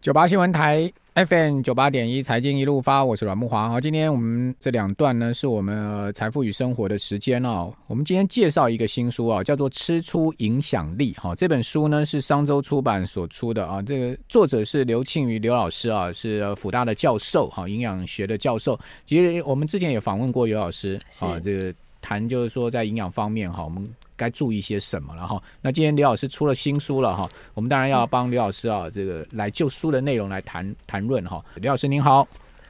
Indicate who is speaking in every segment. Speaker 1: 九八新闻台 FM 九八点一财经一路发，我是阮木华。好，今天我们这两段呢，是我们呃财富与生活的时间哦。我们今天介绍一个新书哦，叫做《吃出影响力》哈、这本书呢是商周出版所出的啊，这个作者是刘庆余刘老师啊，是呃辅大的教授哈、营养学的教授。其实我们之前也访问过刘老师啊
Speaker 2: 是，
Speaker 1: 这个谈就是说在营养方面哈，我们该注意些什么了哈。那今天刘老师出了新书了哈，我们当然要帮刘老师啊，这个来就书的内容来谈谈论哈。刘老师您好，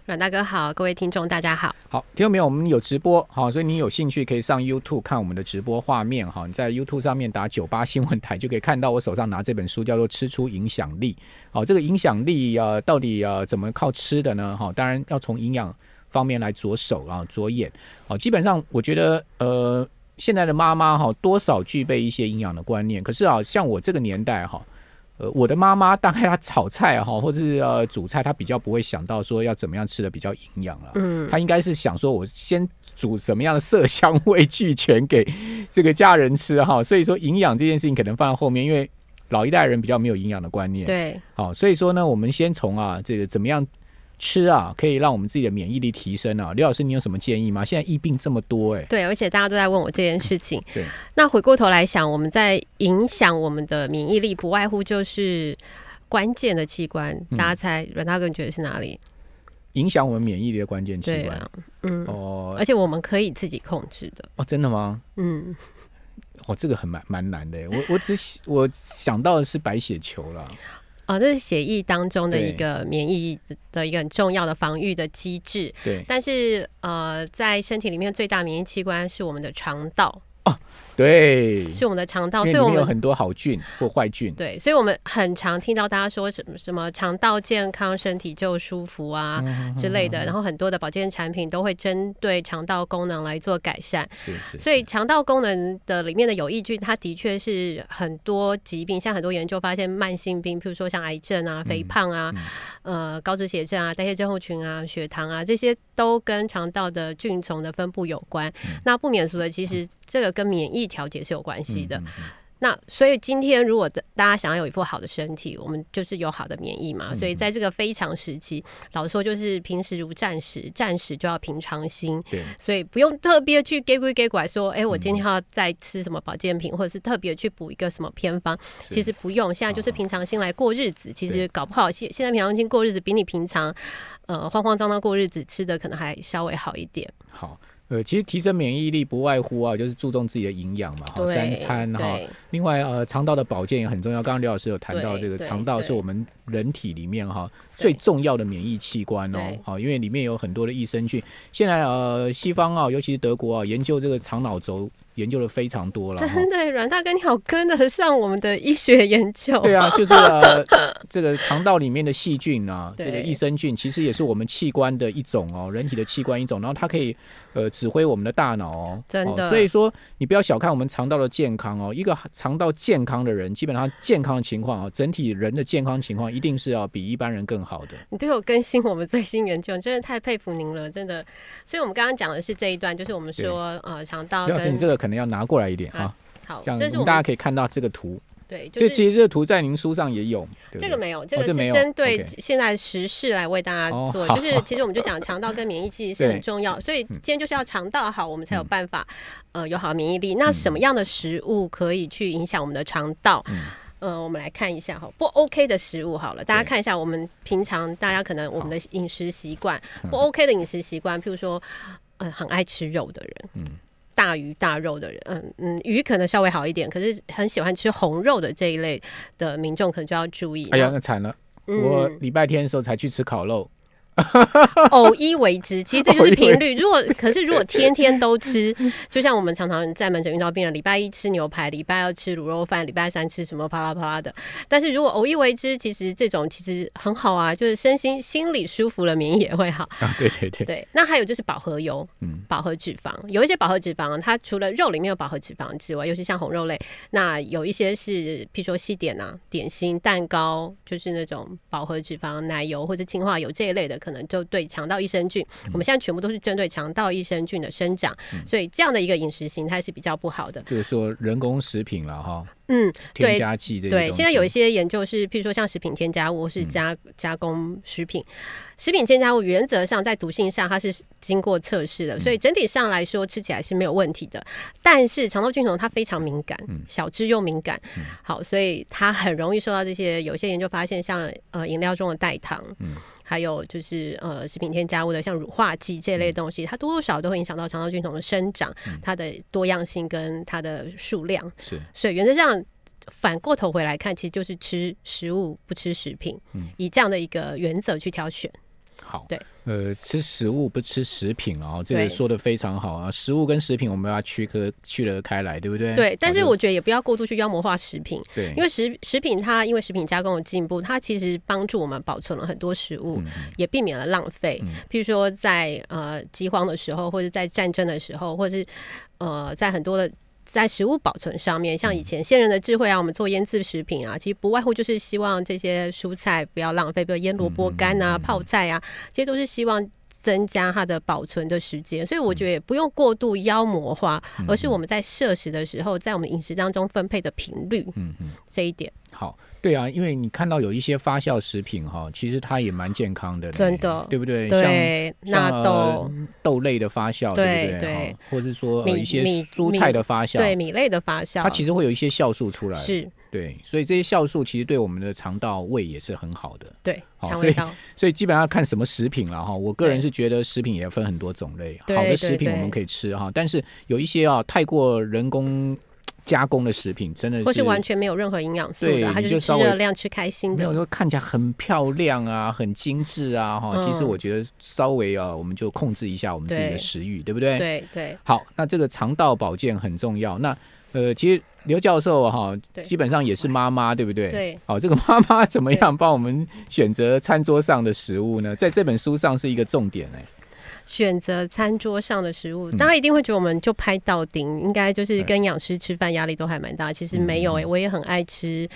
Speaker 2: 阮大哥好，各位听众大家好。
Speaker 1: 好，听到没有？我们有直播，好，所以你有兴趣可以上 YouTube 看我们的直播画面哈。你在 YouTube 上面打“九八新闻台”就可以看到我手上拿这本书，叫做《吃出影响力》。好，这个影响力呃，到底呃怎么靠吃的呢？哈，当然要从营养方面来着手啊，着眼。好，基本上我觉得呃，现在的妈妈哈，多少具备一些营养的观念。可是啊，像我这个年代哈。呃，我的妈妈大概她炒菜哈，或者是呃煮菜，她比较不会想到说要怎么样吃的比较营养了。
Speaker 2: 嗯，
Speaker 1: 他应该是想说，我先煮什么样的色香味俱全给这个家人吃哈。所以说营养这件事情可能放在后面，因为老一代人比较没有营养的观念。，
Speaker 2: 对，
Speaker 1: 好，所以说呢，我们先从啊这个怎么样吃啊，可以让我们自己的免疫力提升啊。刘老师，你有什么建议吗？现在疫病这么多、哎，
Speaker 2: 对，而且大家都在问我这件事情。
Speaker 1: 对，
Speaker 2: 那回过头来想，我们在影响我们的免疫力，不外乎就是关键的器官。
Speaker 1: 嗯
Speaker 2: 大家猜，阮大哥你觉得是哪里？
Speaker 1: 影响我们免疫力的关键器
Speaker 2: 对
Speaker 1: 官。
Speaker 2: 啊，嗯，
Speaker 1: 哦
Speaker 2: 而且我们可以自己控制的。
Speaker 1: 哦，真的吗？
Speaker 2: 嗯，
Speaker 1: 哦，这个很蛮蛮难的、哎我我只我想到的是白血球啦。
Speaker 2: 哦，这是协议当中的
Speaker 1: 对
Speaker 2: 一个免疫的一个很重要的防御的机制。
Speaker 1: 对
Speaker 2: 但是，呃，在身体里面最大免疫器官是我们的肠道，
Speaker 1: 对，
Speaker 2: 是我们的肠道，
Speaker 1: 因
Speaker 2: 所
Speaker 1: 为里
Speaker 2: 以我
Speaker 1: 面有
Speaker 2: 们
Speaker 1: 很多好菌或坏菌。
Speaker 2: 对，所以我们很常听到大家说什么什么肠道健康，身体就舒服啊。
Speaker 1: 嗯
Speaker 2: 之类的，然后很多的保健产品都会针对肠道功能来做改善，
Speaker 1: 是是，
Speaker 2: 所以肠道功能的里面的有益菌，它的确是很多疾病，像很多研究发现，慢性病，譬如说像癌症啊、肥胖啊、呃高脂血症啊、代谢症候群啊、血糖啊，这些都跟肠道的菌丛的分布有关。那不免俗的，其实这个跟免疫调节是有关系
Speaker 1: 嗯
Speaker 2: 的。那所以今天如果大大家想要有一副好的身体，我们就是有好的免疫
Speaker 1: 嗯
Speaker 2: 嘛。所以在这个非常时期，老实说就是平时如战时，战时就要平常心。
Speaker 1: 嗯对，
Speaker 2: 所以不用特别去给归给拐说，哎、我今天要再吃什么保健品，或者是特别去补一个什么偏方。
Speaker 1: 嗯是啊
Speaker 2: 其实不用，现在就是平常心来过日子。其
Speaker 1: 对
Speaker 2: 实搞不好现现在平常心过日子，比你平常呃慌慌张张过日子吃的可能还稍微好一点。
Speaker 1: 好。呃，其实提升免疫力不外乎啊，就是注重自己的营养嘛，哈，
Speaker 2: 对，
Speaker 1: 三餐哈。
Speaker 2: 对
Speaker 1: 另外，呃，肠道的保健也很重要。刚刚刘老师有谈到，
Speaker 2: 对
Speaker 1: 这个
Speaker 2: 对
Speaker 1: 肠道
Speaker 2: 对
Speaker 1: 是我们人体里面哈最
Speaker 2: 对
Speaker 1: 重要的免疫器官哦
Speaker 2: 对，
Speaker 1: 好，因为里面有很多的益生菌。现在呃，西方啊，尤其是德国啊，研究这个肠脑轴研究的非常多了。哈
Speaker 2: 真的，阮大哥，你好跟得上我们的医学研究。
Speaker 1: 对 啊，就是呃，这个肠道里面的细菌啊，这
Speaker 2: 对
Speaker 1: 个益生菌其实也是我们器官的一种哦，人体的器官一种，然后它可以呃指挥我们的大脑哦。
Speaker 2: 真的
Speaker 1: 哦所以说你不要小看我们肠道的健康哦，一个肠道健康的人，基本上健康的情况哦，整体人的健康情况一定是要比一般人更好的。
Speaker 2: 你都有更新我们最新研究，真的太佩服您了，真的。所以我们刚刚讲的是这一段，就是我们说呃肠道
Speaker 1: 刘老师，
Speaker 2: 跟
Speaker 1: 你这个可能要拿过来一点
Speaker 2: 啊
Speaker 1: 啊，
Speaker 2: 好，
Speaker 1: 这样
Speaker 2: 这是
Speaker 1: 我
Speaker 2: 我
Speaker 1: 们大家
Speaker 2: 们
Speaker 1: 可以看到这个图。
Speaker 2: 对，就
Speaker 1: 这
Speaker 2: 是
Speaker 1: 其实这个图在您书上也有，对不
Speaker 2: 这
Speaker 1: 对
Speaker 2: 个没有，这
Speaker 1: 这
Speaker 2: 个
Speaker 1: 没
Speaker 2: 是
Speaker 1: 有
Speaker 2: 针对
Speaker 1: OK
Speaker 2: 现在时事来为大
Speaker 1: 哦
Speaker 2: 家做，
Speaker 1: 好
Speaker 2: 就是其实我们就讲肠道跟免疫其实是
Speaker 1: 对嗯
Speaker 2: 很重要，所以今天就是要肠道好，我们才有办法呃有好的免疫力。那
Speaker 1: 嗯
Speaker 2: 什么样的食物可以去影响我们的肠道？
Speaker 1: 嗯
Speaker 2: 呃，我们来看一下哈，不 OK 的食物好了，大家
Speaker 1: 对
Speaker 2: 看一下我们平常大家可能我们的饮食习惯
Speaker 1: 嗯
Speaker 2: 不 OK 的饮食习惯，譬如说，呃，很爱吃肉的人，
Speaker 1: 嗯
Speaker 2: 大鱼大肉的人，嗯嗯，鱼可能稍微好一点，可是很喜欢吃红肉的这一类的民众，可能就要注意。
Speaker 1: 哎呀，
Speaker 2: 然后，
Speaker 1: 那惨了！
Speaker 2: 嗯
Speaker 1: 我礼拜天的时候才去吃烤 肉，
Speaker 2: 偶一为之，其实这就
Speaker 1: 偶一
Speaker 2: 是
Speaker 1: 为
Speaker 2: 频率。如果可是如果天天 都吃，就像我们常常在门诊遇到病人，礼拜一吃牛排，礼拜二吃卤肉饭，礼拜三吃什么啪啦啪啦的。但是如果偶一为之，其实这种其实很好啊，就是身心心里舒服了，免疫也会好。
Speaker 1: 啊，对对对，
Speaker 2: 对，那还有就是饱和油，
Speaker 1: 嗯
Speaker 2: 饱和脂肪，有一些饱和脂肪，它除了肉里面有饱和脂肪之外，尤其像红肉类，那有一些是，譬如说西点啊、点心、蛋糕，就是那种饱和脂肪、奶油或者氢化油这一类的，可能就对肠道益生菌，我们现在全部都是针对肠道益生菌的生长，所以这样的一个饮食形态是比较不好的。
Speaker 1: 就是说人工食品了哈，
Speaker 2: 嗯，
Speaker 1: 添
Speaker 2: 对
Speaker 1: 加剂这些
Speaker 2: 对，
Speaker 1: 东
Speaker 2: 现在有一
Speaker 1: 西
Speaker 2: 些研究是，譬嗯如说像食品添加物或是加、加工食品，食品添加物原则上在毒性上它是经过测试的，所以整体上来说吃起来是没有问题的。但是肠道菌虫它非常敏感，小只又敏感，好，所以它很容易受到这些。有些研究发现像，呃饮料中的代糖，还有就是呃食品添加物的像乳化剂这类东西，它多多少少都会影响到肠道菌虫的生长、它的多样性跟它的数量。
Speaker 1: 是
Speaker 2: 所以原则上反过头回来看，其实就是吃食物不吃食品，以这样的一个原则去挑选。
Speaker 1: 好，
Speaker 2: 对，
Speaker 1: 呃，吃食物不吃食品了哦，这个
Speaker 2: 对
Speaker 1: 说的非常好啊，食物跟食品我们要区隔区隔开来，对不对？
Speaker 2: 对，但是
Speaker 1: 哎好
Speaker 2: 我觉得也不要过度去妖魔化食品，
Speaker 1: 对，
Speaker 2: 因为食食品它因为食品加工的进步，它其实帮助我们保存了很多食
Speaker 1: 嗯
Speaker 2: 物，也避免了浪费。譬如说在呃饥荒的时候，或者在战争的时候，或者是呃在很多的。在食物保存上面，
Speaker 1: 嗯
Speaker 2: 像以前先人的智慧啊，我们做腌制食品啊，其实不外乎就是希望这些蔬菜不要浪费，比如腌萝卜干
Speaker 1: 嗯
Speaker 2: 啊、泡菜啊，这些都是希望增加它的保存的时
Speaker 1: 嗯
Speaker 2: 间。所以我觉得也不用过度妖魔化，而是我们在摄食的时候，在我们饮食当中分配的频率，
Speaker 1: 嗯嗯。
Speaker 2: 这一点，
Speaker 1: 好，对啊，因为你看到有一些发酵食品哈，其实它也蛮健康的嘞，
Speaker 2: 真的
Speaker 1: 对不对？像
Speaker 2: 对纳
Speaker 1: 像
Speaker 2: 豆、
Speaker 1: 呃豆类的发酵，
Speaker 2: 对
Speaker 1: 不对？
Speaker 2: 对
Speaker 1: 哈，或是说呃
Speaker 2: 米
Speaker 1: 一些
Speaker 2: 米
Speaker 1: 蔬菜的发酵，
Speaker 2: 对米类的发酵，
Speaker 1: 它其实会有一些酵素出来，
Speaker 2: 是
Speaker 1: 对，所以这些酵素其实对我们的肠道胃也是很好的。
Speaker 2: 对
Speaker 1: 好
Speaker 2: 肠
Speaker 1: 所以
Speaker 2: 胃道，
Speaker 1: 所以基本上看什么食品了哈。我个人
Speaker 2: 对
Speaker 1: 是觉得食品也分很多种类，
Speaker 2: 对
Speaker 1: 好的食
Speaker 2: 对
Speaker 1: 品我们
Speaker 2: 对
Speaker 1: 可以吃哈，但是有一些啊太过人工加工的食品，真的是
Speaker 2: 或是完全没有任何营养素
Speaker 1: 对
Speaker 2: 的，它
Speaker 1: 你
Speaker 2: 是
Speaker 1: 就
Speaker 2: 吃
Speaker 1: 稍微
Speaker 2: 热量、吃开心
Speaker 1: 没有
Speaker 2: 的，
Speaker 1: 说看起来很漂亮啊，很精致啊哈。
Speaker 2: 嗯
Speaker 1: 其实我觉得稍微啊，我们就控制一下我们自己的
Speaker 2: 对
Speaker 1: 食欲，对不对？
Speaker 2: 对对
Speaker 1: 好，那这个肠道保健很重要。那呃，其实刘教授啊哈、
Speaker 2: 对
Speaker 1: 基本上也是妈妈，对不对？。
Speaker 2: 对。
Speaker 1: 好、这个妈妈怎么样帮我们选择餐桌上的食物呢？在这本书上是一个重点哎、
Speaker 2: 选择餐桌上的食物，
Speaker 1: 嗯
Speaker 2: 大家一定会觉得我们就拍到顶，应该就是跟营养师吃饭压力都还蛮大。其实没
Speaker 1: 嗯
Speaker 2: 有诶、欸我也很爱吃。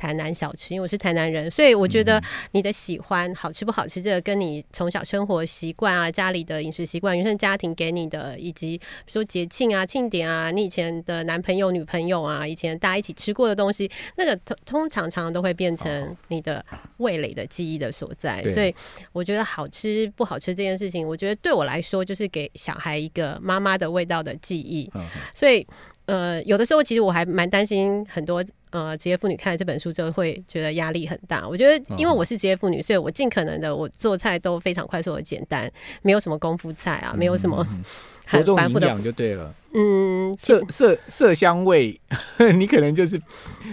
Speaker 2: 台南小吃，因为我是台南人，所以我觉
Speaker 1: 嗯
Speaker 2: 得你的喜欢好吃不好吃，这个跟你从小生活习惯啊、家里的饮食习惯、原生家庭给你的，以及比如说节庆啊、庆典啊、你以前的男朋友、女朋友啊，以前大家一起吃过的东西，那个通通常常都会变成你的味蕾的记忆的所在。
Speaker 1: 啊对
Speaker 2: 所以我觉得好吃不好吃这件事情，我觉得对我来说就是给小孩一个妈妈的味道的记忆。
Speaker 1: 嗯
Speaker 2: 所以，呃，有的时候其实我还蛮担心很多呃职业妇女看了这本书之后会觉得压力很大。我觉
Speaker 1: 啊
Speaker 2: 得因为我是职业妇女，所以我尽可能的我做菜都非常快速和简单，没有什么功夫菜啊，没有什么
Speaker 1: 嗯着
Speaker 2: 很
Speaker 1: 重
Speaker 2: 繁
Speaker 1: 营
Speaker 2: 复的
Speaker 1: 养就对了。
Speaker 2: 嗯其
Speaker 1: 色色色香味， 你可能就是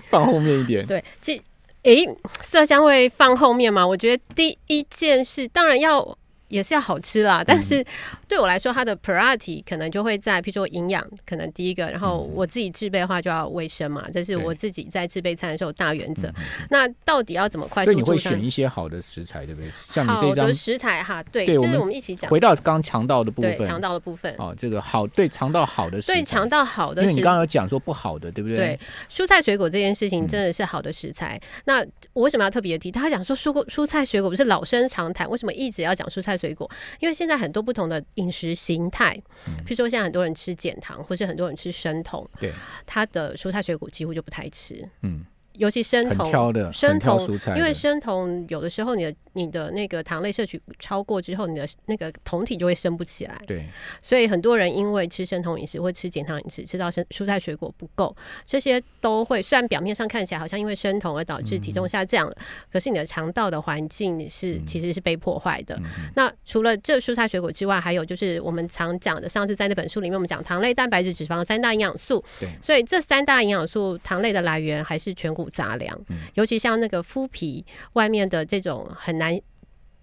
Speaker 1: 放后面一点。
Speaker 2: 对，其诶，色香味放后面嘛，我觉得第一件事当然要。也是要好吃啦，但是
Speaker 1: 嗯
Speaker 2: 对我来说，它的 priority 可能就会在，譬如说营养，可能第一个，然后我自己制备的话就要卫生嘛，这是
Speaker 1: 嗯对嗯
Speaker 2: 我自己在制备餐的时候大原则。那到底要怎么快
Speaker 1: 所
Speaker 2: 速
Speaker 1: 以你会
Speaker 2: 做上
Speaker 1: 选一些好的食材，对不对？像你这
Speaker 2: 好
Speaker 1: 一张
Speaker 2: 的，食材哈？对，
Speaker 1: 对
Speaker 2: 这
Speaker 1: 我
Speaker 2: 是
Speaker 1: 们
Speaker 2: 我们一起讲
Speaker 1: 回到刚肠道的部
Speaker 2: 对
Speaker 1: 分，
Speaker 2: 肠道的部分，
Speaker 1: 哦，这个好对肠道好的食材，
Speaker 2: 对肠道好
Speaker 1: 因
Speaker 2: 的
Speaker 1: 为你
Speaker 2: 食
Speaker 1: 刚刚有讲说不好的，对不对？
Speaker 2: 对，蔬菜水果这件事
Speaker 1: 嗯
Speaker 2: 情真的是好的食材。那我为什么要特别提？他讲说蔬果、蔬菜水果不是老生常谈，为什么一直要讲蔬菜水果？因为现在很多不同的饮食形态，譬如说现在很多人吃减糖，或是很多人吃生酮，
Speaker 1: 嗯对
Speaker 2: 他的蔬菜水果几乎就不太吃，
Speaker 1: 嗯，
Speaker 2: 尤其生
Speaker 1: 很
Speaker 2: 酮。
Speaker 1: 挑的，很
Speaker 2: 生
Speaker 1: 挑
Speaker 2: 酮
Speaker 1: 蔬菜的，
Speaker 2: 因为生酮有的时候你的你的那个糖类摄取超过之后，你的那个酮体就会升不起来，
Speaker 1: 对
Speaker 2: 所以很多人因为吃生酮饮食或吃减糖饮食，吃到生蔬菜水果不够，这些都会虽然表面上看起来好像因为生酮而导致体重下降了，可是你的肠道的环境是、其实是被破坏
Speaker 1: 嗯
Speaker 2: 的。那除了这蔬菜水果之外，还有就是我们常讲的，上次在那本书里面我们讲糖类、蛋白质、脂肪三大营养素，
Speaker 1: 对
Speaker 2: 所以这三大营养素糖类的来源还是全谷杂粮，尤其像那个麸皮外面的这种很难。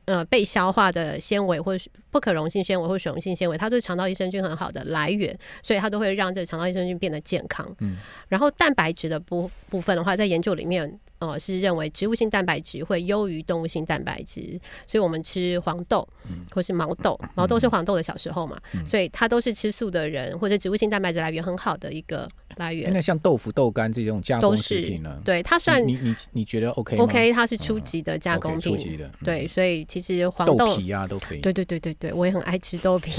Speaker 2: 呃，被消化的纤维或是不可溶性纤维或水溶性纤维，它都是肠道益生菌很好的来源，所以它都会让这个肠道益生菌变得健康。
Speaker 1: 嗯，
Speaker 2: 然后蛋白质的部部分的话，在研究里面，呃，是认为植物性蛋白质会优于动物性蛋白质，所以我们吃黄豆或是毛豆，毛豆是黄豆的小时候嘛，所以它都是吃素的人或者植物性蛋白质来源很好的一个来
Speaker 1: 哎
Speaker 2: 源。
Speaker 1: 那像豆腐、豆干这种加
Speaker 2: 都
Speaker 1: 工食
Speaker 2: 是
Speaker 1: 品呢？
Speaker 2: 对，它算
Speaker 1: 你你你你觉得 OK 吗
Speaker 2: OK，它是初级的加
Speaker 1: OK，
Speaker 2: 工
Speaker 1: 初
Speaker 2: 品。
Speaker 1: 级的，嗯
Speaker 2: 对，所以其实黄
Speaker 1: 豆
Speaker 2: 豆，
Speaker 1: 皮啊都可以。
Speaker 2: 对对对对对，我也很爱吃 豆皮，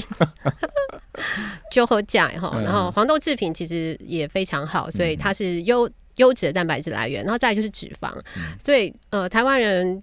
Speaker 2: 就和甲哈。
Speaker 1: 嗯
Speaker 2: 然后黄豆制品其实也非常好，所以它是优优质的蛋白质来源。然后再来就是脂肪，
Speaker 1: 嗯
Speaker 2: 所以呃，台湾人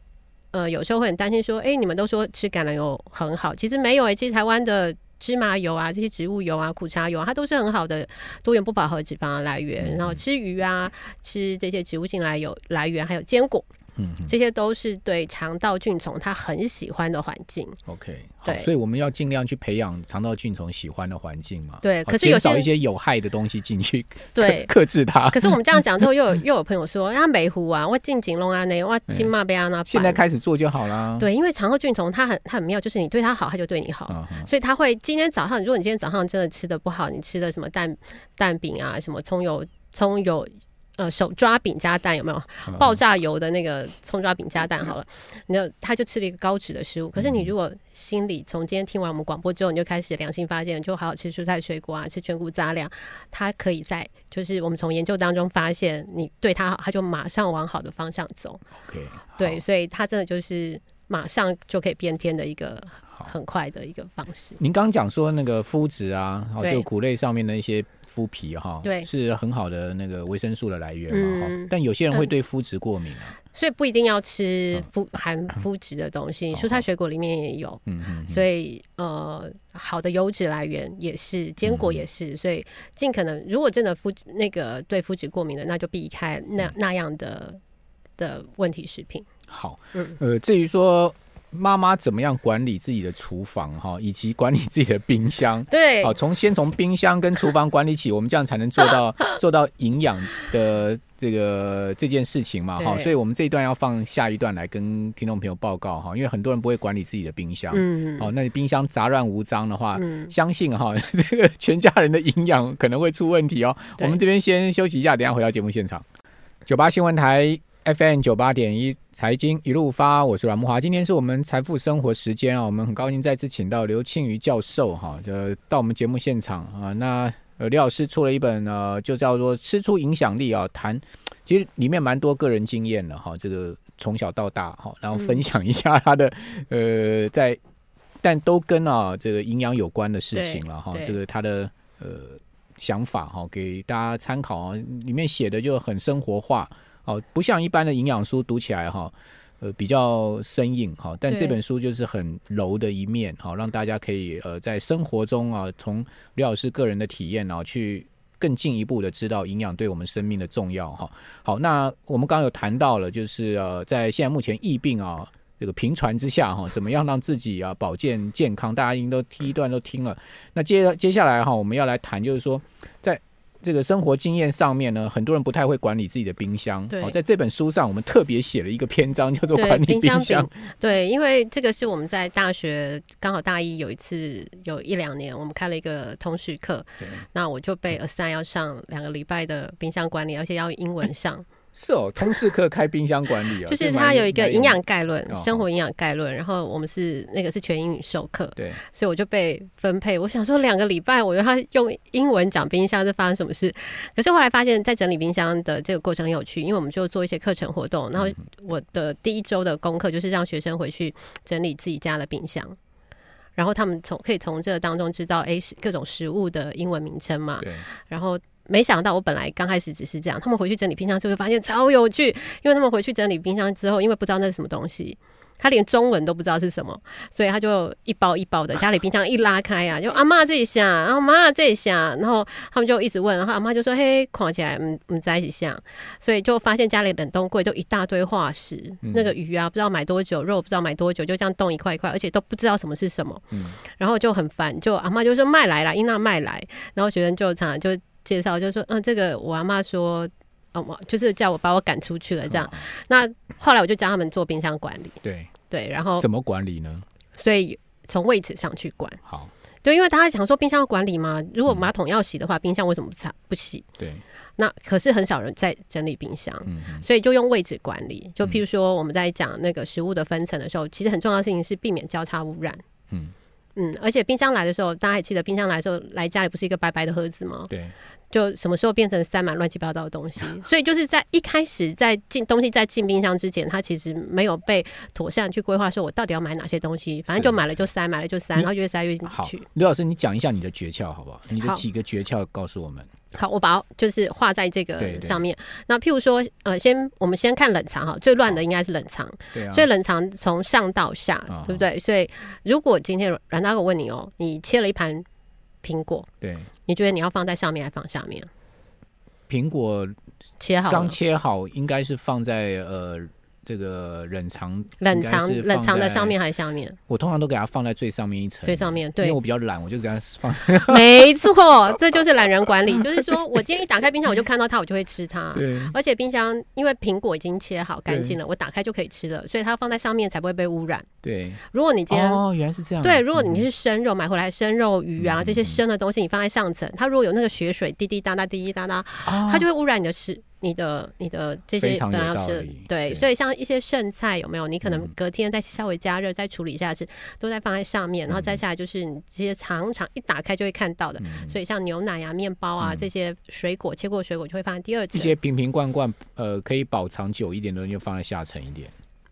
Speaker 2: 呃有时候会很担心说，哎、你们都说吃橄榄油很好，其实没有哎、其实台湾的。芝麻油啊，这些植物油啊，苦茶油啊，它都是很好的多元不饱和脂肪的来
Speaker 1: 嗯
Speaker 2: 源。然后吃鱼啊，吃这些植物性来油来源，还有坚果，
Speaker 1: 嗯嗯
Speaker 2: 这些都是对肠道菌丛它很喜欢的环境。
Speaker 1: ，OK，好，
Speaker 2: 对
Speaker 1: 所以我们要尽量去培养肠道菌虫喜欢的环境嘛。
Speaker 2: 对
Speaker 1: 好
Speaker 2: 可是有
Speaker 1: 减少
Speaker 2: 些
Speaker 1: 一些有害的东西进去，
Speaker 2: 对，
Speaker 1: 克克制它。
Speaker 2: 可是我们这样讲之后，又有 又有朋友说，啊，美湖啊，我进景龙啊，那我金马贝啊那
Speaker 1: 哎现在开始做就好啦。
Speaker 2: 对，因为肠道菌丛它很它很妙，就是你对它好，它就对你好。
Speaker 1: 嗯，嗯
Speaker 2: 所以它会今天早上，如果你今天早上真的吃的不好，你吃的什么蛋蛋饼啊，什么葱油葱油呃手抓饼加蛋有没有？
Speaker 1: 嗯
Speaker 2: 爆炸油的那个葱抓饼加蛋好了，你就他就吃了一个高脂的食物。可是
Speaker 1: 嗯
Speaker 2: 你如果心里从今天听完我们广播之后，你就开始良心发现，就好好吃蔬菜水果啊，吃全谷杂粮，它可以在就是我们从研究当中发现，你对它好，它就马上往好的方向走。
Speaker 1: OK，
Speaker 2: 对，所以它真的就是马上就可以变天的一个
Speaker 1: 好。好，
Speaker 2: 很快的一个方式。
Speaker 1: 您刚刚讲说那个麸质啊，好，
Speaker 2: 对
Speaker 1: 就谷类上面的一些麸皮哈，
Speaker 2: 对
Speaker 1: 是很好的那个维生素的来源嘛哈
Speaker 2: 嗯。
Speaker 1: 但有些人会对麸质过敏啊。
Speaker 2: 所以不一定要吃
Speaker 1: 嗯
Speaker 2: 麸含麸质的东西，
Speaker 1: 好
Speaker 2: 蔬菜水果里面也有。
Speaker 1: 嗯嗯嗯
Speaker 2: 所以呃，好的油脂来源也是坚果也
Speaker 1: 嗯
Speaker 2: 是，所以尽可能如果真的肤那个对肤质过敏的，那就避开那
Speaker 1: 嗯
Speaker 2: 那样的的问题食品。
Speaker 1: 好
Speaker 2: 嗯，
Speaker 1: 呃，至于说妈妈怎么样管理自己的厨房哈，以及管理自己的冰箱。
Speaker 2: 对
Speaker 1: 好，从先从冰箱跟厨房管理起，我们这样才能做 到做到营养的这个这件事情嘛，哈，
Speaker 2: 对
Speaker 1: 所以我们这一段要放下一段来跟听众朋友报告哈，因为很多人不会管理自己的冰箱，
Speaker 2: 嗯
Speaker 1: 哦，那你冰箱杂乱无章的话，
Speaker 2: 嗯，
Speaker 1: 相信哈、 这个全家人的营养可能会出问题哦。
Speaker 2: 对
Speaker 1: 我们这边先休息一下，等一下回到节目现场。九八新闻台 FM 九八点一财经一路发，我是阮木华。今天是我们财富生活时间啊、我们很高兴再次请到刘庆瑜教授哈、呃，到我们节目现场啊、那呃，刘老师出了一本呃，就叫做《吃出影响力》啊，谈其实里面蛮多个人经验的哈、这个从小到大哈、然后分享一下他的、呃，在但都跟啊这个营养有关的事情了哈、
Speaker 2: 对对
Speaker 1: 这个他的呃想法哈、给大家参考啊、里面写的就很生活化哦、不像一般的营养书读起来哈、呃，比较生硬哈、但
Speaker 2: 对
Speaker 1: 这本书就是很柔的一面哈、让大家可以呃在生活中啊，从刘老师个人的体验啊，去更进一步的知道营养对我们生命的重要哈、好，那我们刚刚有谈到了，就是呃，在现在目前疫病啊这个频传之下哈、怎么样让自己啊保健健康，大家应该都第一段都听了。那接接下来哈、我们要来谈就是说，在这个生活经验上面呢，很多人不太会管理自己的冰箱。
Speaker 2: 对
Speaker 1: 好在这本书上，我们特别写了一个篇章，叫做
Speaker 2: 对
Speaker 1: 管理
Speaker 2: 冰
Speaker 1: 箱。
Speaker 2: 饼，对，因为这个是我们在大学刚好大一有一次有一两年，我们开了一个通识课，
Speaker 1: 对嗯
Speaker 2: 那我就被 assign 要上两个礼拜的冰箱管理，而且要英 文上。
Speaker 1: 是哦，通识课开冰箱管理啊，
Speaker 2: 就是
Speaker 1: 这
Speaker 2: 它
Speaker 1: 蛮
Speaker 2: 有一个
Speaker 1: 蛮
Speaker 2: 营养概论
Speaker 1: 哦，
Speaker 2: 生活营养概论，然后我们是那个是全英语授课，
Speaker 1: 对，
Speaker 2: 所以我就被分配。我想说两个礼拜，我让他用英文讲冰箱是发生什么事，可是后来发现，在整理冰箱的这个过程很有趣，因为我们就做一些课程活动，然后
Speaker 1: 嗯
Speaker 2: 我的第一周的功课就是让学生回去整理自己家的冰箱。然后他们从可以从这当中知道，诶，各种食物的英文名称嘛，
Speaker 1: 对，
Speaker 2: 然后没想到，我本来刚开始只是这样，他们回去整理冰箱就会发现超有趣，因为他们回去整理冰箱之后，因为不知道那是什么东西。他连中文都不知道是什么，所以他就一包一包的，家里冰箱一拉开啊，就阿妈这一下，然后妈这一下，然后他们就一直问，然后阿妈就说：“嘿，狂起来，嗯嗯，在一起下。”所以就发现家里冷冻柜就一大堆化石，那个鱼啊，不知道买多久，肉不知道买多久，就这样冻一块一块，而且都不知道什么是什么，
Speaker 1: 嗯
Speaker 2: 然后就很烦，就啊阿妈就说卖来啦，英娜卖来，然后学生就常常就介绍，就说，嗯，这个我阿妈说，哦，我就是叫我把我赶出去了这
Speaker 1: 嗯
Speaker 2: 样。那后来我就教他们做冰箱管理，
Speaker 1: 对，
Speaker 2: 对，然后
Speaker 1: 怎么管理呢？
Speaker 2: 所以从位置上去管，
Speaker 1: 好，
Speaker 2: 对，因为大家想说冰箱要管理嘛，
Speaker 1: 嗯
Speaker 2: 如果马桶要洗的话，冰箱为什么不擦不洗？
Speaker 1: 对，
Speaker 2: 那可是很少人在整理冰箱。
Speaker 1: 嗯嗯
Speaker 2: 所以就用位置管理，就譬如说我们在讲那个食物的分层的时候，其实很重要的事情是避免交叉污染。
Speaker 1: 嗯，
Speaker 2: 嗯，而且冰箱来的时候，大家还记得冰箱来的时候来家里不是一个白白的盒子吗？
Speaker 1: 对，
Speaker 2: 就什么时候变成塞满乱七八糟 的东西？所以就是在一开始在进东西在进冰箱之前，它其实没有被妥善去规划，说我到底要买哪些东西，反正就买了就塞，买了就塞，
Speaker 1: 你
Speaker 2: 然后越塞越进
Speaker 1: 好
Speaker 2: 去。，
Speaker 1: 刘老师，你讲一下你的诀窍好不好？你的
Speaker 2: 好
Speaker 1: 几个诀窍告诉我们。
Speaker 2: 好，我把它就是画在这
Speaker 1: 对
Speaker 2: 个
Speaker 1: 对
Speaker 2: 上面。那譬如说，呃，先我们先看冷藏哈，最乱的应该是冷藏，
Speaker 1: 对啊，
Speaker 2: 所以冷藏从上到下，
Speaker 1: 啊
Speaker 2: 对不对？所以如果今天阮大哥我问你哦，你切了一盘苹果，
Speaker 1: 对
Speaker 2: 你觉得你要放在上面还是放下面？
Speaker 1: 苹果
Speaker 2: 切好
Speaker 1: 刚
Speaker 2: 了，
Speaker 1: 切好，应该是放在呃这个冷藏
Speaker 2: 冷
Speaker 1: 应该
Speaker 2: 藏
Speaker 1: 是放
Speaker 2: 冷藏的
Speaker 1: 在
Speaker 2: 上面还是下面？
Speaker 1: 我通常都给它放在最上面一层，
Speaker 2: 最上面
Speaker 1: 因
Speaker 2: 对
Speaker 1: 为我 比较懒，我就给它放。
Speaker 2: 没错，这就是懒人 管理，就是说我今天一打开冰箱，我就看到它，我就会吃它。
Speaker 1: 对，
Speaker 2: 而且冰箱因为苹果已经切好干净了，我打开就可以吃了，所以它放在上面才不会被污染。
Speaker 1: 对，
Speaker 2: 如果你今天、
Speaker 1: 哦，原来是这样。
Speaker 2: 对，如果你是生肉买回来生肉鱼啊、
Speaker 1: 嗯
Speaker 2: 这些生的东西，你放在上层，它如果有那个血水滴滴答答滴滴答答，
Speaker 1: 它
Speaker 2: 它就会污染你的食。你的你的这
Speaker 1: 哦非
Speaker 2: 些
Speaker 1: 常
Speaker 2: 本来
Speaker 1: 有
Speaker 2: 要
Speaker 1: 道
Speaker 2: 吃的
Speaker 1: 理，对
Speaker 2: 对，所以像一些剩菜有没有？你可能
Speaker 1: 嗯
Speaker 2: 隔天再稍微加热，再处理一下吃，都在放在上面，
Speaker 1: 嗯
Speaker 2: 然后再下来就是你这些常常一打开就会看到的，所以像牛奶啊、面包啊、
Speaker 1: 嗯
Speaker 2: 这些水果切过的水果就会放在第二
Speaker 1: 一
Speaker 2: 层，
Speaker 1: 些瓶瓶罐罐，呃，可以保藏久一点的东西就放在下层一点，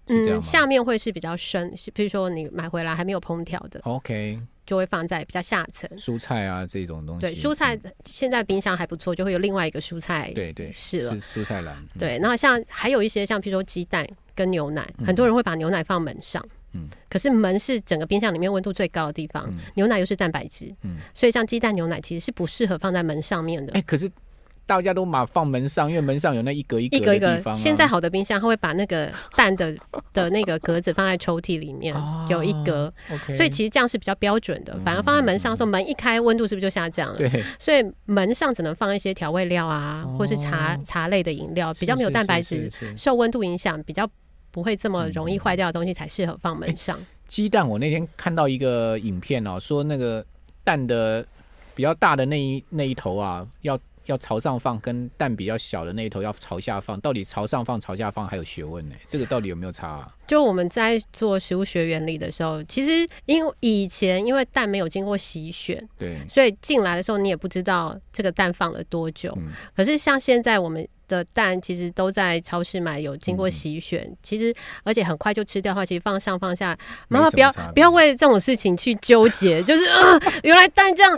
Speaker 1: 是这样
Speaker 2: 嗯，
Speaker 1: 吗？
Speaker 2: 下面会是比较深，是比如说你买回来还没有烹调的，
Speaker 1: OK，
Speaker 2: 就会放在比较下层。
Speaker 1: 蔬菜啊这种东西，
Speaker 2: 对，蔬菜
Speaker 1: 嗯
Speaker 2: 现在冰箱还不错，就会有另外一个蔬菜。
Speaker 1: 对对
Speaker 2: 是了
Speaker 1: 蔬菜篮，嗯
Speaker 2: 对，那像还有一些像譬如说鸡蛋跟牛奶，很多人会把牛奶放门上。
Speaker 1: 嗯
Speaker 2: 可是门是整个冰箱里面温度最高的地方，
Speaker 1: 嗯
Speaker 2: 牛奶又是蛋白质，
Speaker 1: 嗯
Speaker 2: 所以像鸡蛋、牛奶其实是不适合放在门上面的。
Speaker 1: 哎，可是大家都把放门上，因为门上有那一格一
Speaker 2: 一
Speaker 1: 格
Speaker 2: 格
Speaker 1: 的
Speaker 2: 一
Speaker 1: 地
Speaker 2: 格
Speaker 1: 方，啊。
Speaker 2: 现在好的冰箱，它会把那个蛋的的那个格子放在抽屉里面，
Speaker 1: 哦
Speaker 2: 有一格，
Speaker 1: OK，嗯
Speaker 2: 所以其实这样是比较标准的。反而放在门上的时候，门一开，温度是不是就下降了？
Speaker 1: 对
Speaker 2: 所以门上只能放一些调味料啊，
Speaker 1: 哦
Speaker 2: 或是茶茶类的饮料，比较没有蛋白
Speaker 1: 是
Speaker 2: 质，，
Speaker 1: 是是是是
Speaker 2: 受温度影响比较不会这么容易坏掉的东西才适合放门上。
Speaker 1: 鸡蛋，我那天看到一个影片哦，说那个蛋的比较大的那一那一头啊，要要朝上放，跟蛋比较小的那一头要朝下放，到底朝上放、朝下放还有学问呢、这个到底有没有差、啊？
Speaker 2: 就我们在做食物学原理的时候，其实因为以前因为蛋没有经过洗选，
Speaker 1: 对，
Speaker 2: 所以进来的时候你也不知道这个蛋放了多久。
Speaker 1: 嗯
Speaker 2: 可是像现在我们的蛋其实都在超市买，有经过洗选，其实而且很快就吃掉的话，其实放上放下，
Speaker 1: 嗯没
Speaker 2: 妈妈
Speaker 1: 什么
Speaker 2: 不要
Speaker 1: 差别
Speaker 2: 不要为这种事情去纠 结，就是啊、原来蛋这样，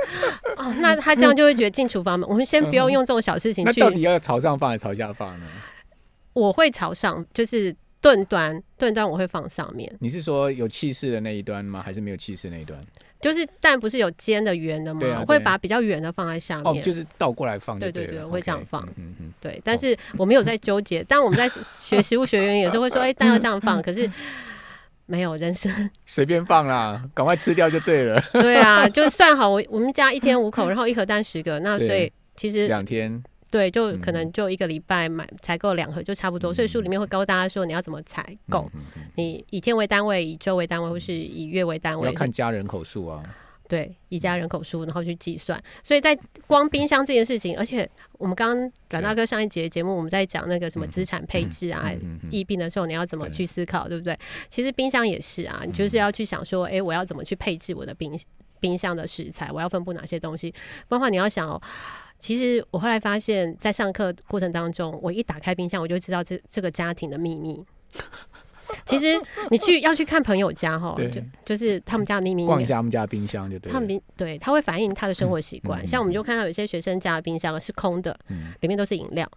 Speaker 2: 哦，那他这样就会觉得进厨房门。我们先不用用这种小事情
Speaker 1: 嗯那
Speaker 2: 去，
Speaker 1: 到底要朝上放还是朝下放呢？
Speaker 2: 我会朝上，就是炖端炖端我会放上面，
Speaker 1: 你是说有气势的那一端吗？还是没有气势那一端？
Speaker 2: 就是蛋不是有尖的圆的吗？
Speaker 1: 对啊对啊
Speaker 2: 我会把比较圆的放在下
Speaker 1: 哦
Speaker 2: 面，，
Speaker 1: 就是倒过来放就
Speaker 2: 对
Speaker 1: 对
Speaker 2: 对
Speaker 1: 了，
Speaker 2: 对我会这样
Speaker 1: OK，
Speaker 2: 放
Speaker 1: 嗯嗯
Speaker 2: 对，但是我没有在纠结。 但我们在学食物学原理有时候 会说，哎、蛋要这样放，可是没有人生。
Speaker 1: 嗯，随便放啦，赶快吃掉就对了。
Speaker 2: 对啊，就算好我我们家一天 五口，然后一盒蛋十个，那
Speaker 1: 对
Speaker 2: 所以其实
Speaker 1: 两天，
Speaker 2: 对，就
Speaker 1: 嗯
Speaker 2: 可能就一个礼拜买采购两盒就差不多。所以书里面会告大家说你要怎么采购，
Speaker 1: 嗯嗯
Speaker 2: 你以天为单位，以周为单位，或是以月为单
Speaker 1: 嗯要
Speaker 2: 位，
Speaker 1: 看家人口数啊。
Speaker 2: 对，以家人口数，然后去计算。所以在光冰箱这件事情，而且我们刚刚阮大哥上一节节目我们在讲那个什么资产配置啊，
Speaker 1: 嗯嗯
Speaker 2: 疫病的时候，你要怎么
Speaker 1: 对嗯
Speaker 2: 去思考，对不对？其实冰箱也是啊，你就是要去想说，诶，我要怎么去配置我的冰冰箱的食材，我要分布哪些东西，包括你要想哦。其实我后来发现，在上课过程当中，我一打开冰箱，我就知道这这个家庭的 秘密。其实你去要去看朋友家哈
Speaker 1: 对，
Speaker 2: 就就是他们家的秘密。
Speaker 1: 逛一下他们家冰箱就对了。
Speaker 2: 他们冰对，它会反映他的生活习惯。
Speaker 1: 嗯
Speaker 2: 像我们就看到有些学生家的冰箱是空的，
Speaker 1: 嗯
Speaker 2: 里面都是饮 料，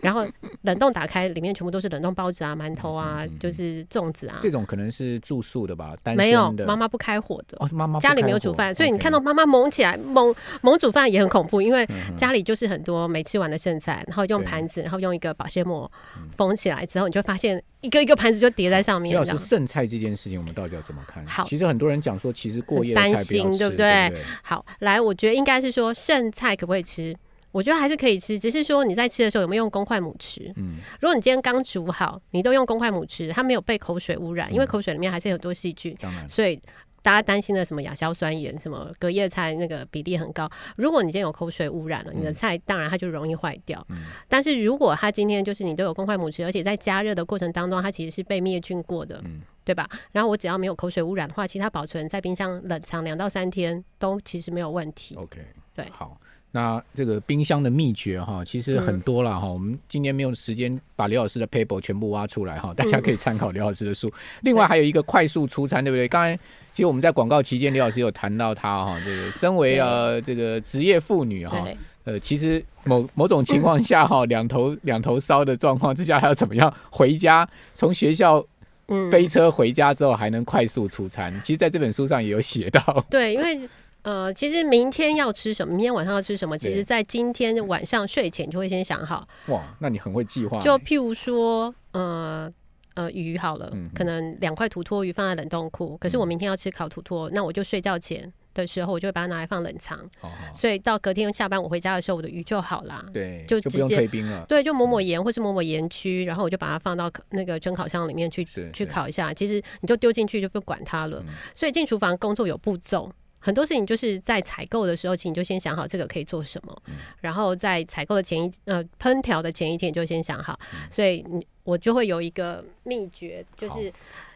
Speaker 2: 然后冷冻打开，里面全部都是冷冻包子啊、馒头啊，
Speaker 1: 嗯
Speaker 2: 就是粽子啊
Speaker 1: 这。种可能是住宿的吧，单身的
Speaker 2: 没有，妈妈不开火的，
Speaker 1: 哦，是妈妈不
Speaker 2: 家里没有
Speaker 1: 开火
Speaker 2: 煮饭，所以你
Speaker 1: OK
Speaker 2: 看到妈妈猛起来，猛猛煮饭也很恐怖，因为
Speaker 1: 嗯哼
Speaker 2: 家里就是很多没吃完的剩菜，然后用
Speaker 1: 对嗯
Speaker 2: 盘子，然后用一个保鲜膜封起来之后，你就会发现一个一个盘子就叠在上面，
Speaker 1: 要
Speaker 2: 这
Speaker 1: 是
Speaker 2: 样
Speaker 1: 剩菜这件事情，我们到底要怎么看？
Speaker 2: 好
Speaker 1: 其实很多人讲说，其实过夜的
Speaker 2: 很
Speaker 1: 菜
Speaker 2: 担
Speaker 1: 不要
Speaker 2: 心
Speaker 1: 吃，
Speaker 2: 对不
Speaker 1: 对
Speaker 2: 对
Speaker 1: 不对？
Speaker 2: 好，来，我觉得应该是说剩菜可不可以吃？我觉得还是可以吃，只是说你在吃的时候有没有用公筷母吃。
Speaker 1: 嗯，
Speaker 2: 如果你今天刚煮好，你都用公筷母吃，它没有被口水污染，因为口水里面还是有很多细菌，
Speaker 1: 当然，
Speaker 2: 所以。大家担心的什么亚硝酸盐、什么隔夜菜那个比例很高。如果你今天有口水污染了，
Speaker 1: 嗯
Speaker 2: 你的菜当然它就容易坏掉。但是如果它今天就是你都有公筷母吃，而且在加热的过程当中，它其实是被灭菌过的，
Speaker 1: 嗯
Speaker 2: 对吧？然后我只要没有口水污染的话，其实它保存在冰箱冷藏两到三天都其实没有问题。
Speaker 1: OK，
Speaker 2: 对嗯
Speaker 1: 好。那这个冰箱的秘诀哈，其实很多啦哈、我们今天没有时间把刘老师的 paper 全部挖出来
Speaker 2: 嗯
Speaker 1: 哈，大家可以参考刘老师的书。另外还有一个快速出餐，对不对？刚才其实我们在广告期间，刘老师有谈到他哈，这个身为
Speaker 2: 对
Speaker 1: 呃这个职业妇女哈，
Speaker 2: 对，
Speaker 1: 呃，其实某某种情况下哈，两头两头烧的状况之下，还要怎么样回家？从学校
Speaker 2: 嗯，
Speaker 1: 飞车回家之后，还能快速出餐？其实在这本书上也有写到。
Speaker 2: 对，因为呃，其实明天要吃什么，明天晚上要吃什么，其
Speaker 1: 对
Speaker 2: 实在今天晚上睡前就会先想好。
Speaker 1: 哇，那你很会计划欸。
Speaker 2: 就譬如说，呃呃，鱼好了，
Speaker 1: 嗯哼嗯
Speaker 2: 可能两块土托鱼放在冷冻库，可是我明天要吃烤土托，那我就睡觉前的时候，我就会把它拿来放冷藏，
Speaker 1: 好好
Speaker 2: 所以到隔天下班我回家的时候，我的鱼就好啦。
Speaker 1: 对，
Speaker 2: 就
Speaker 1: 不
Speaker 2: 直
Speaker 1: 用
Speaker 2: 接
Speaker 1: 退冰了。
Speaker 2: 对，就抹抹盐或是抹抹盐区，然后我就把它放到那个蒸烤箱里面去
Speaker 1: 是
Speaker 2: 去
Speaker 1: 是
Speaker 2: 烤一下。其实你就丢进去就不管它了。
Speaker 1: 嗯
Speaker 2: 所以进厨房工作有步骤，很多事情就是在采购的时候，其实你就先想好这个可以做什么，
Speaker 1: 嗯
Speaker 2: 然后在采购的前一呃烹调的前一天你就先想好。所以你我就会有一个秘诀，就
Speaker 1: 嗯好
Speaker 2: 是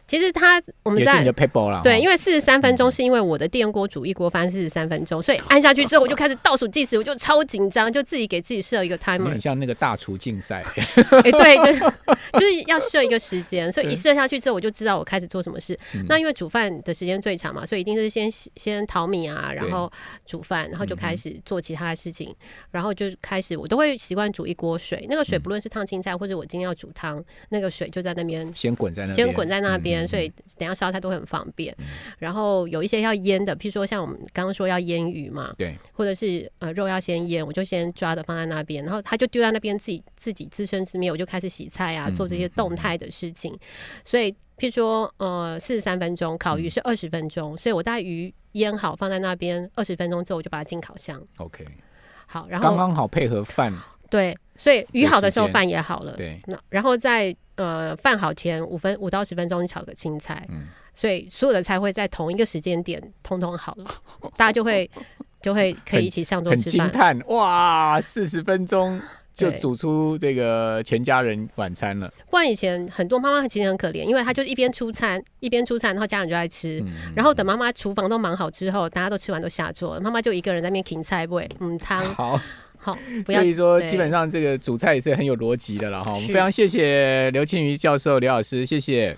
Speaker 2: 其实它我们
Speaker 1: 也是
Speaker 2: 在
Speaker 1: 你的哦嗯 paper 啦。
Speaker 2: 对，
Speaker 1: 哈
Speaker 2: 因为四十三分钟是因为我的电锅煮一锅饭四十三分钟，所以按下去之后我就开始倒数计时，我就超紧张，就自己给自己设一个
Speaker 1: 你
Speaker 2: timer，
Speaker 1: 很像那个大厨竞赛，
Speaker 2: 哎、对，就是就是要设一个时间，所以一设下去之后我就知道我开始做什么事。
Speaker 1: 嗯
Speaker 2: 那因为煮饭的时间最长嘛，所以一定是先先淘米啊，然后煮饭，然后
Speaker 1: 嗯
Speaker 2: 就开始做其他的事情，然后就开始我都会习惯煮一锅水，那个
Speaker 1: 嗯
Speaker 2: 水不论是烫青菜或者我今天要煮汤，那个水就在那边
Speaker 1: 先滚在那边，
Speaker 2: 先滚在那
Speaker 1: 嗯
Speaker 2: 边，所以等一下烧菜都会很方便。然后有一些要腌的，譬如说像我们刚刚说要腌鱼嘛，
Speaker 1: 对，
Speaker 2: 或者是呃肉要先腌，我就先抓的放在那边，然后它就丢在那边自己自己自生自灭，我就开始洗菜啊，
Speaker 1: 嗯
Speaker 2: 做这些
Speaker 1: 嗯
Speaker 2: 动态的事情。所以譬如说呃四十三分钟，烤鱼是二十分钟，所以我大概鱼腌好放在那边二十分钟之后，我就把它进烤箱。
Speaker 1: OK，
Speaker 2: 好，然
Speaker 1: 刚
Speaker 2: 后
Speaker 1: 刚好配合饭，
Speaker 2: 对，所以鱼
Speaker 1: 有
Speaker 2: 好的
Speaker 1: 时
Speaker 2: 时候
Speaker 1: 间
Speaker 2: 饭也好了，
Speaker 1: 对，
Speaker 2: 那然后在呃饭好前五分五到十分钟炒个青菜，
Speaker 1: 嗯
Speaker 2: 所以所有的菜会在同一个时间点通通好了，大家就会就会可以一起上桌
Speaker 1: 很
Speaker 2: 吃
Speaker 1: 惊
Speaker 2: 饭。
Speaker 1: 叹，哇，四十分钟就
Speaker 2: 对
Speaker 1: 煮出这个全家人晚餐了，
Speaker 2: 不然以前很多妈妈其实很可怜，因为她就是一边出餐一边出餐，然后家人就在吃。
Speaker 1: 嗯，
Speaker 2: 然后等妈妈厨房都忙好之后，大家都吃完都下桌了，妈妈就一个人在那边停菜味，嗯汤
Speaker 1: 好，
Speaker 2: 好不要
Speaker 1: 所以说
Speaker 2: 对
Speaker 1: 基本上这个煮菜也是很有逻辑的了哈。我们
Speaker 2: 是
Speaker 1: 非常谢谢刘庆瑜教授、刘老师，谢谢。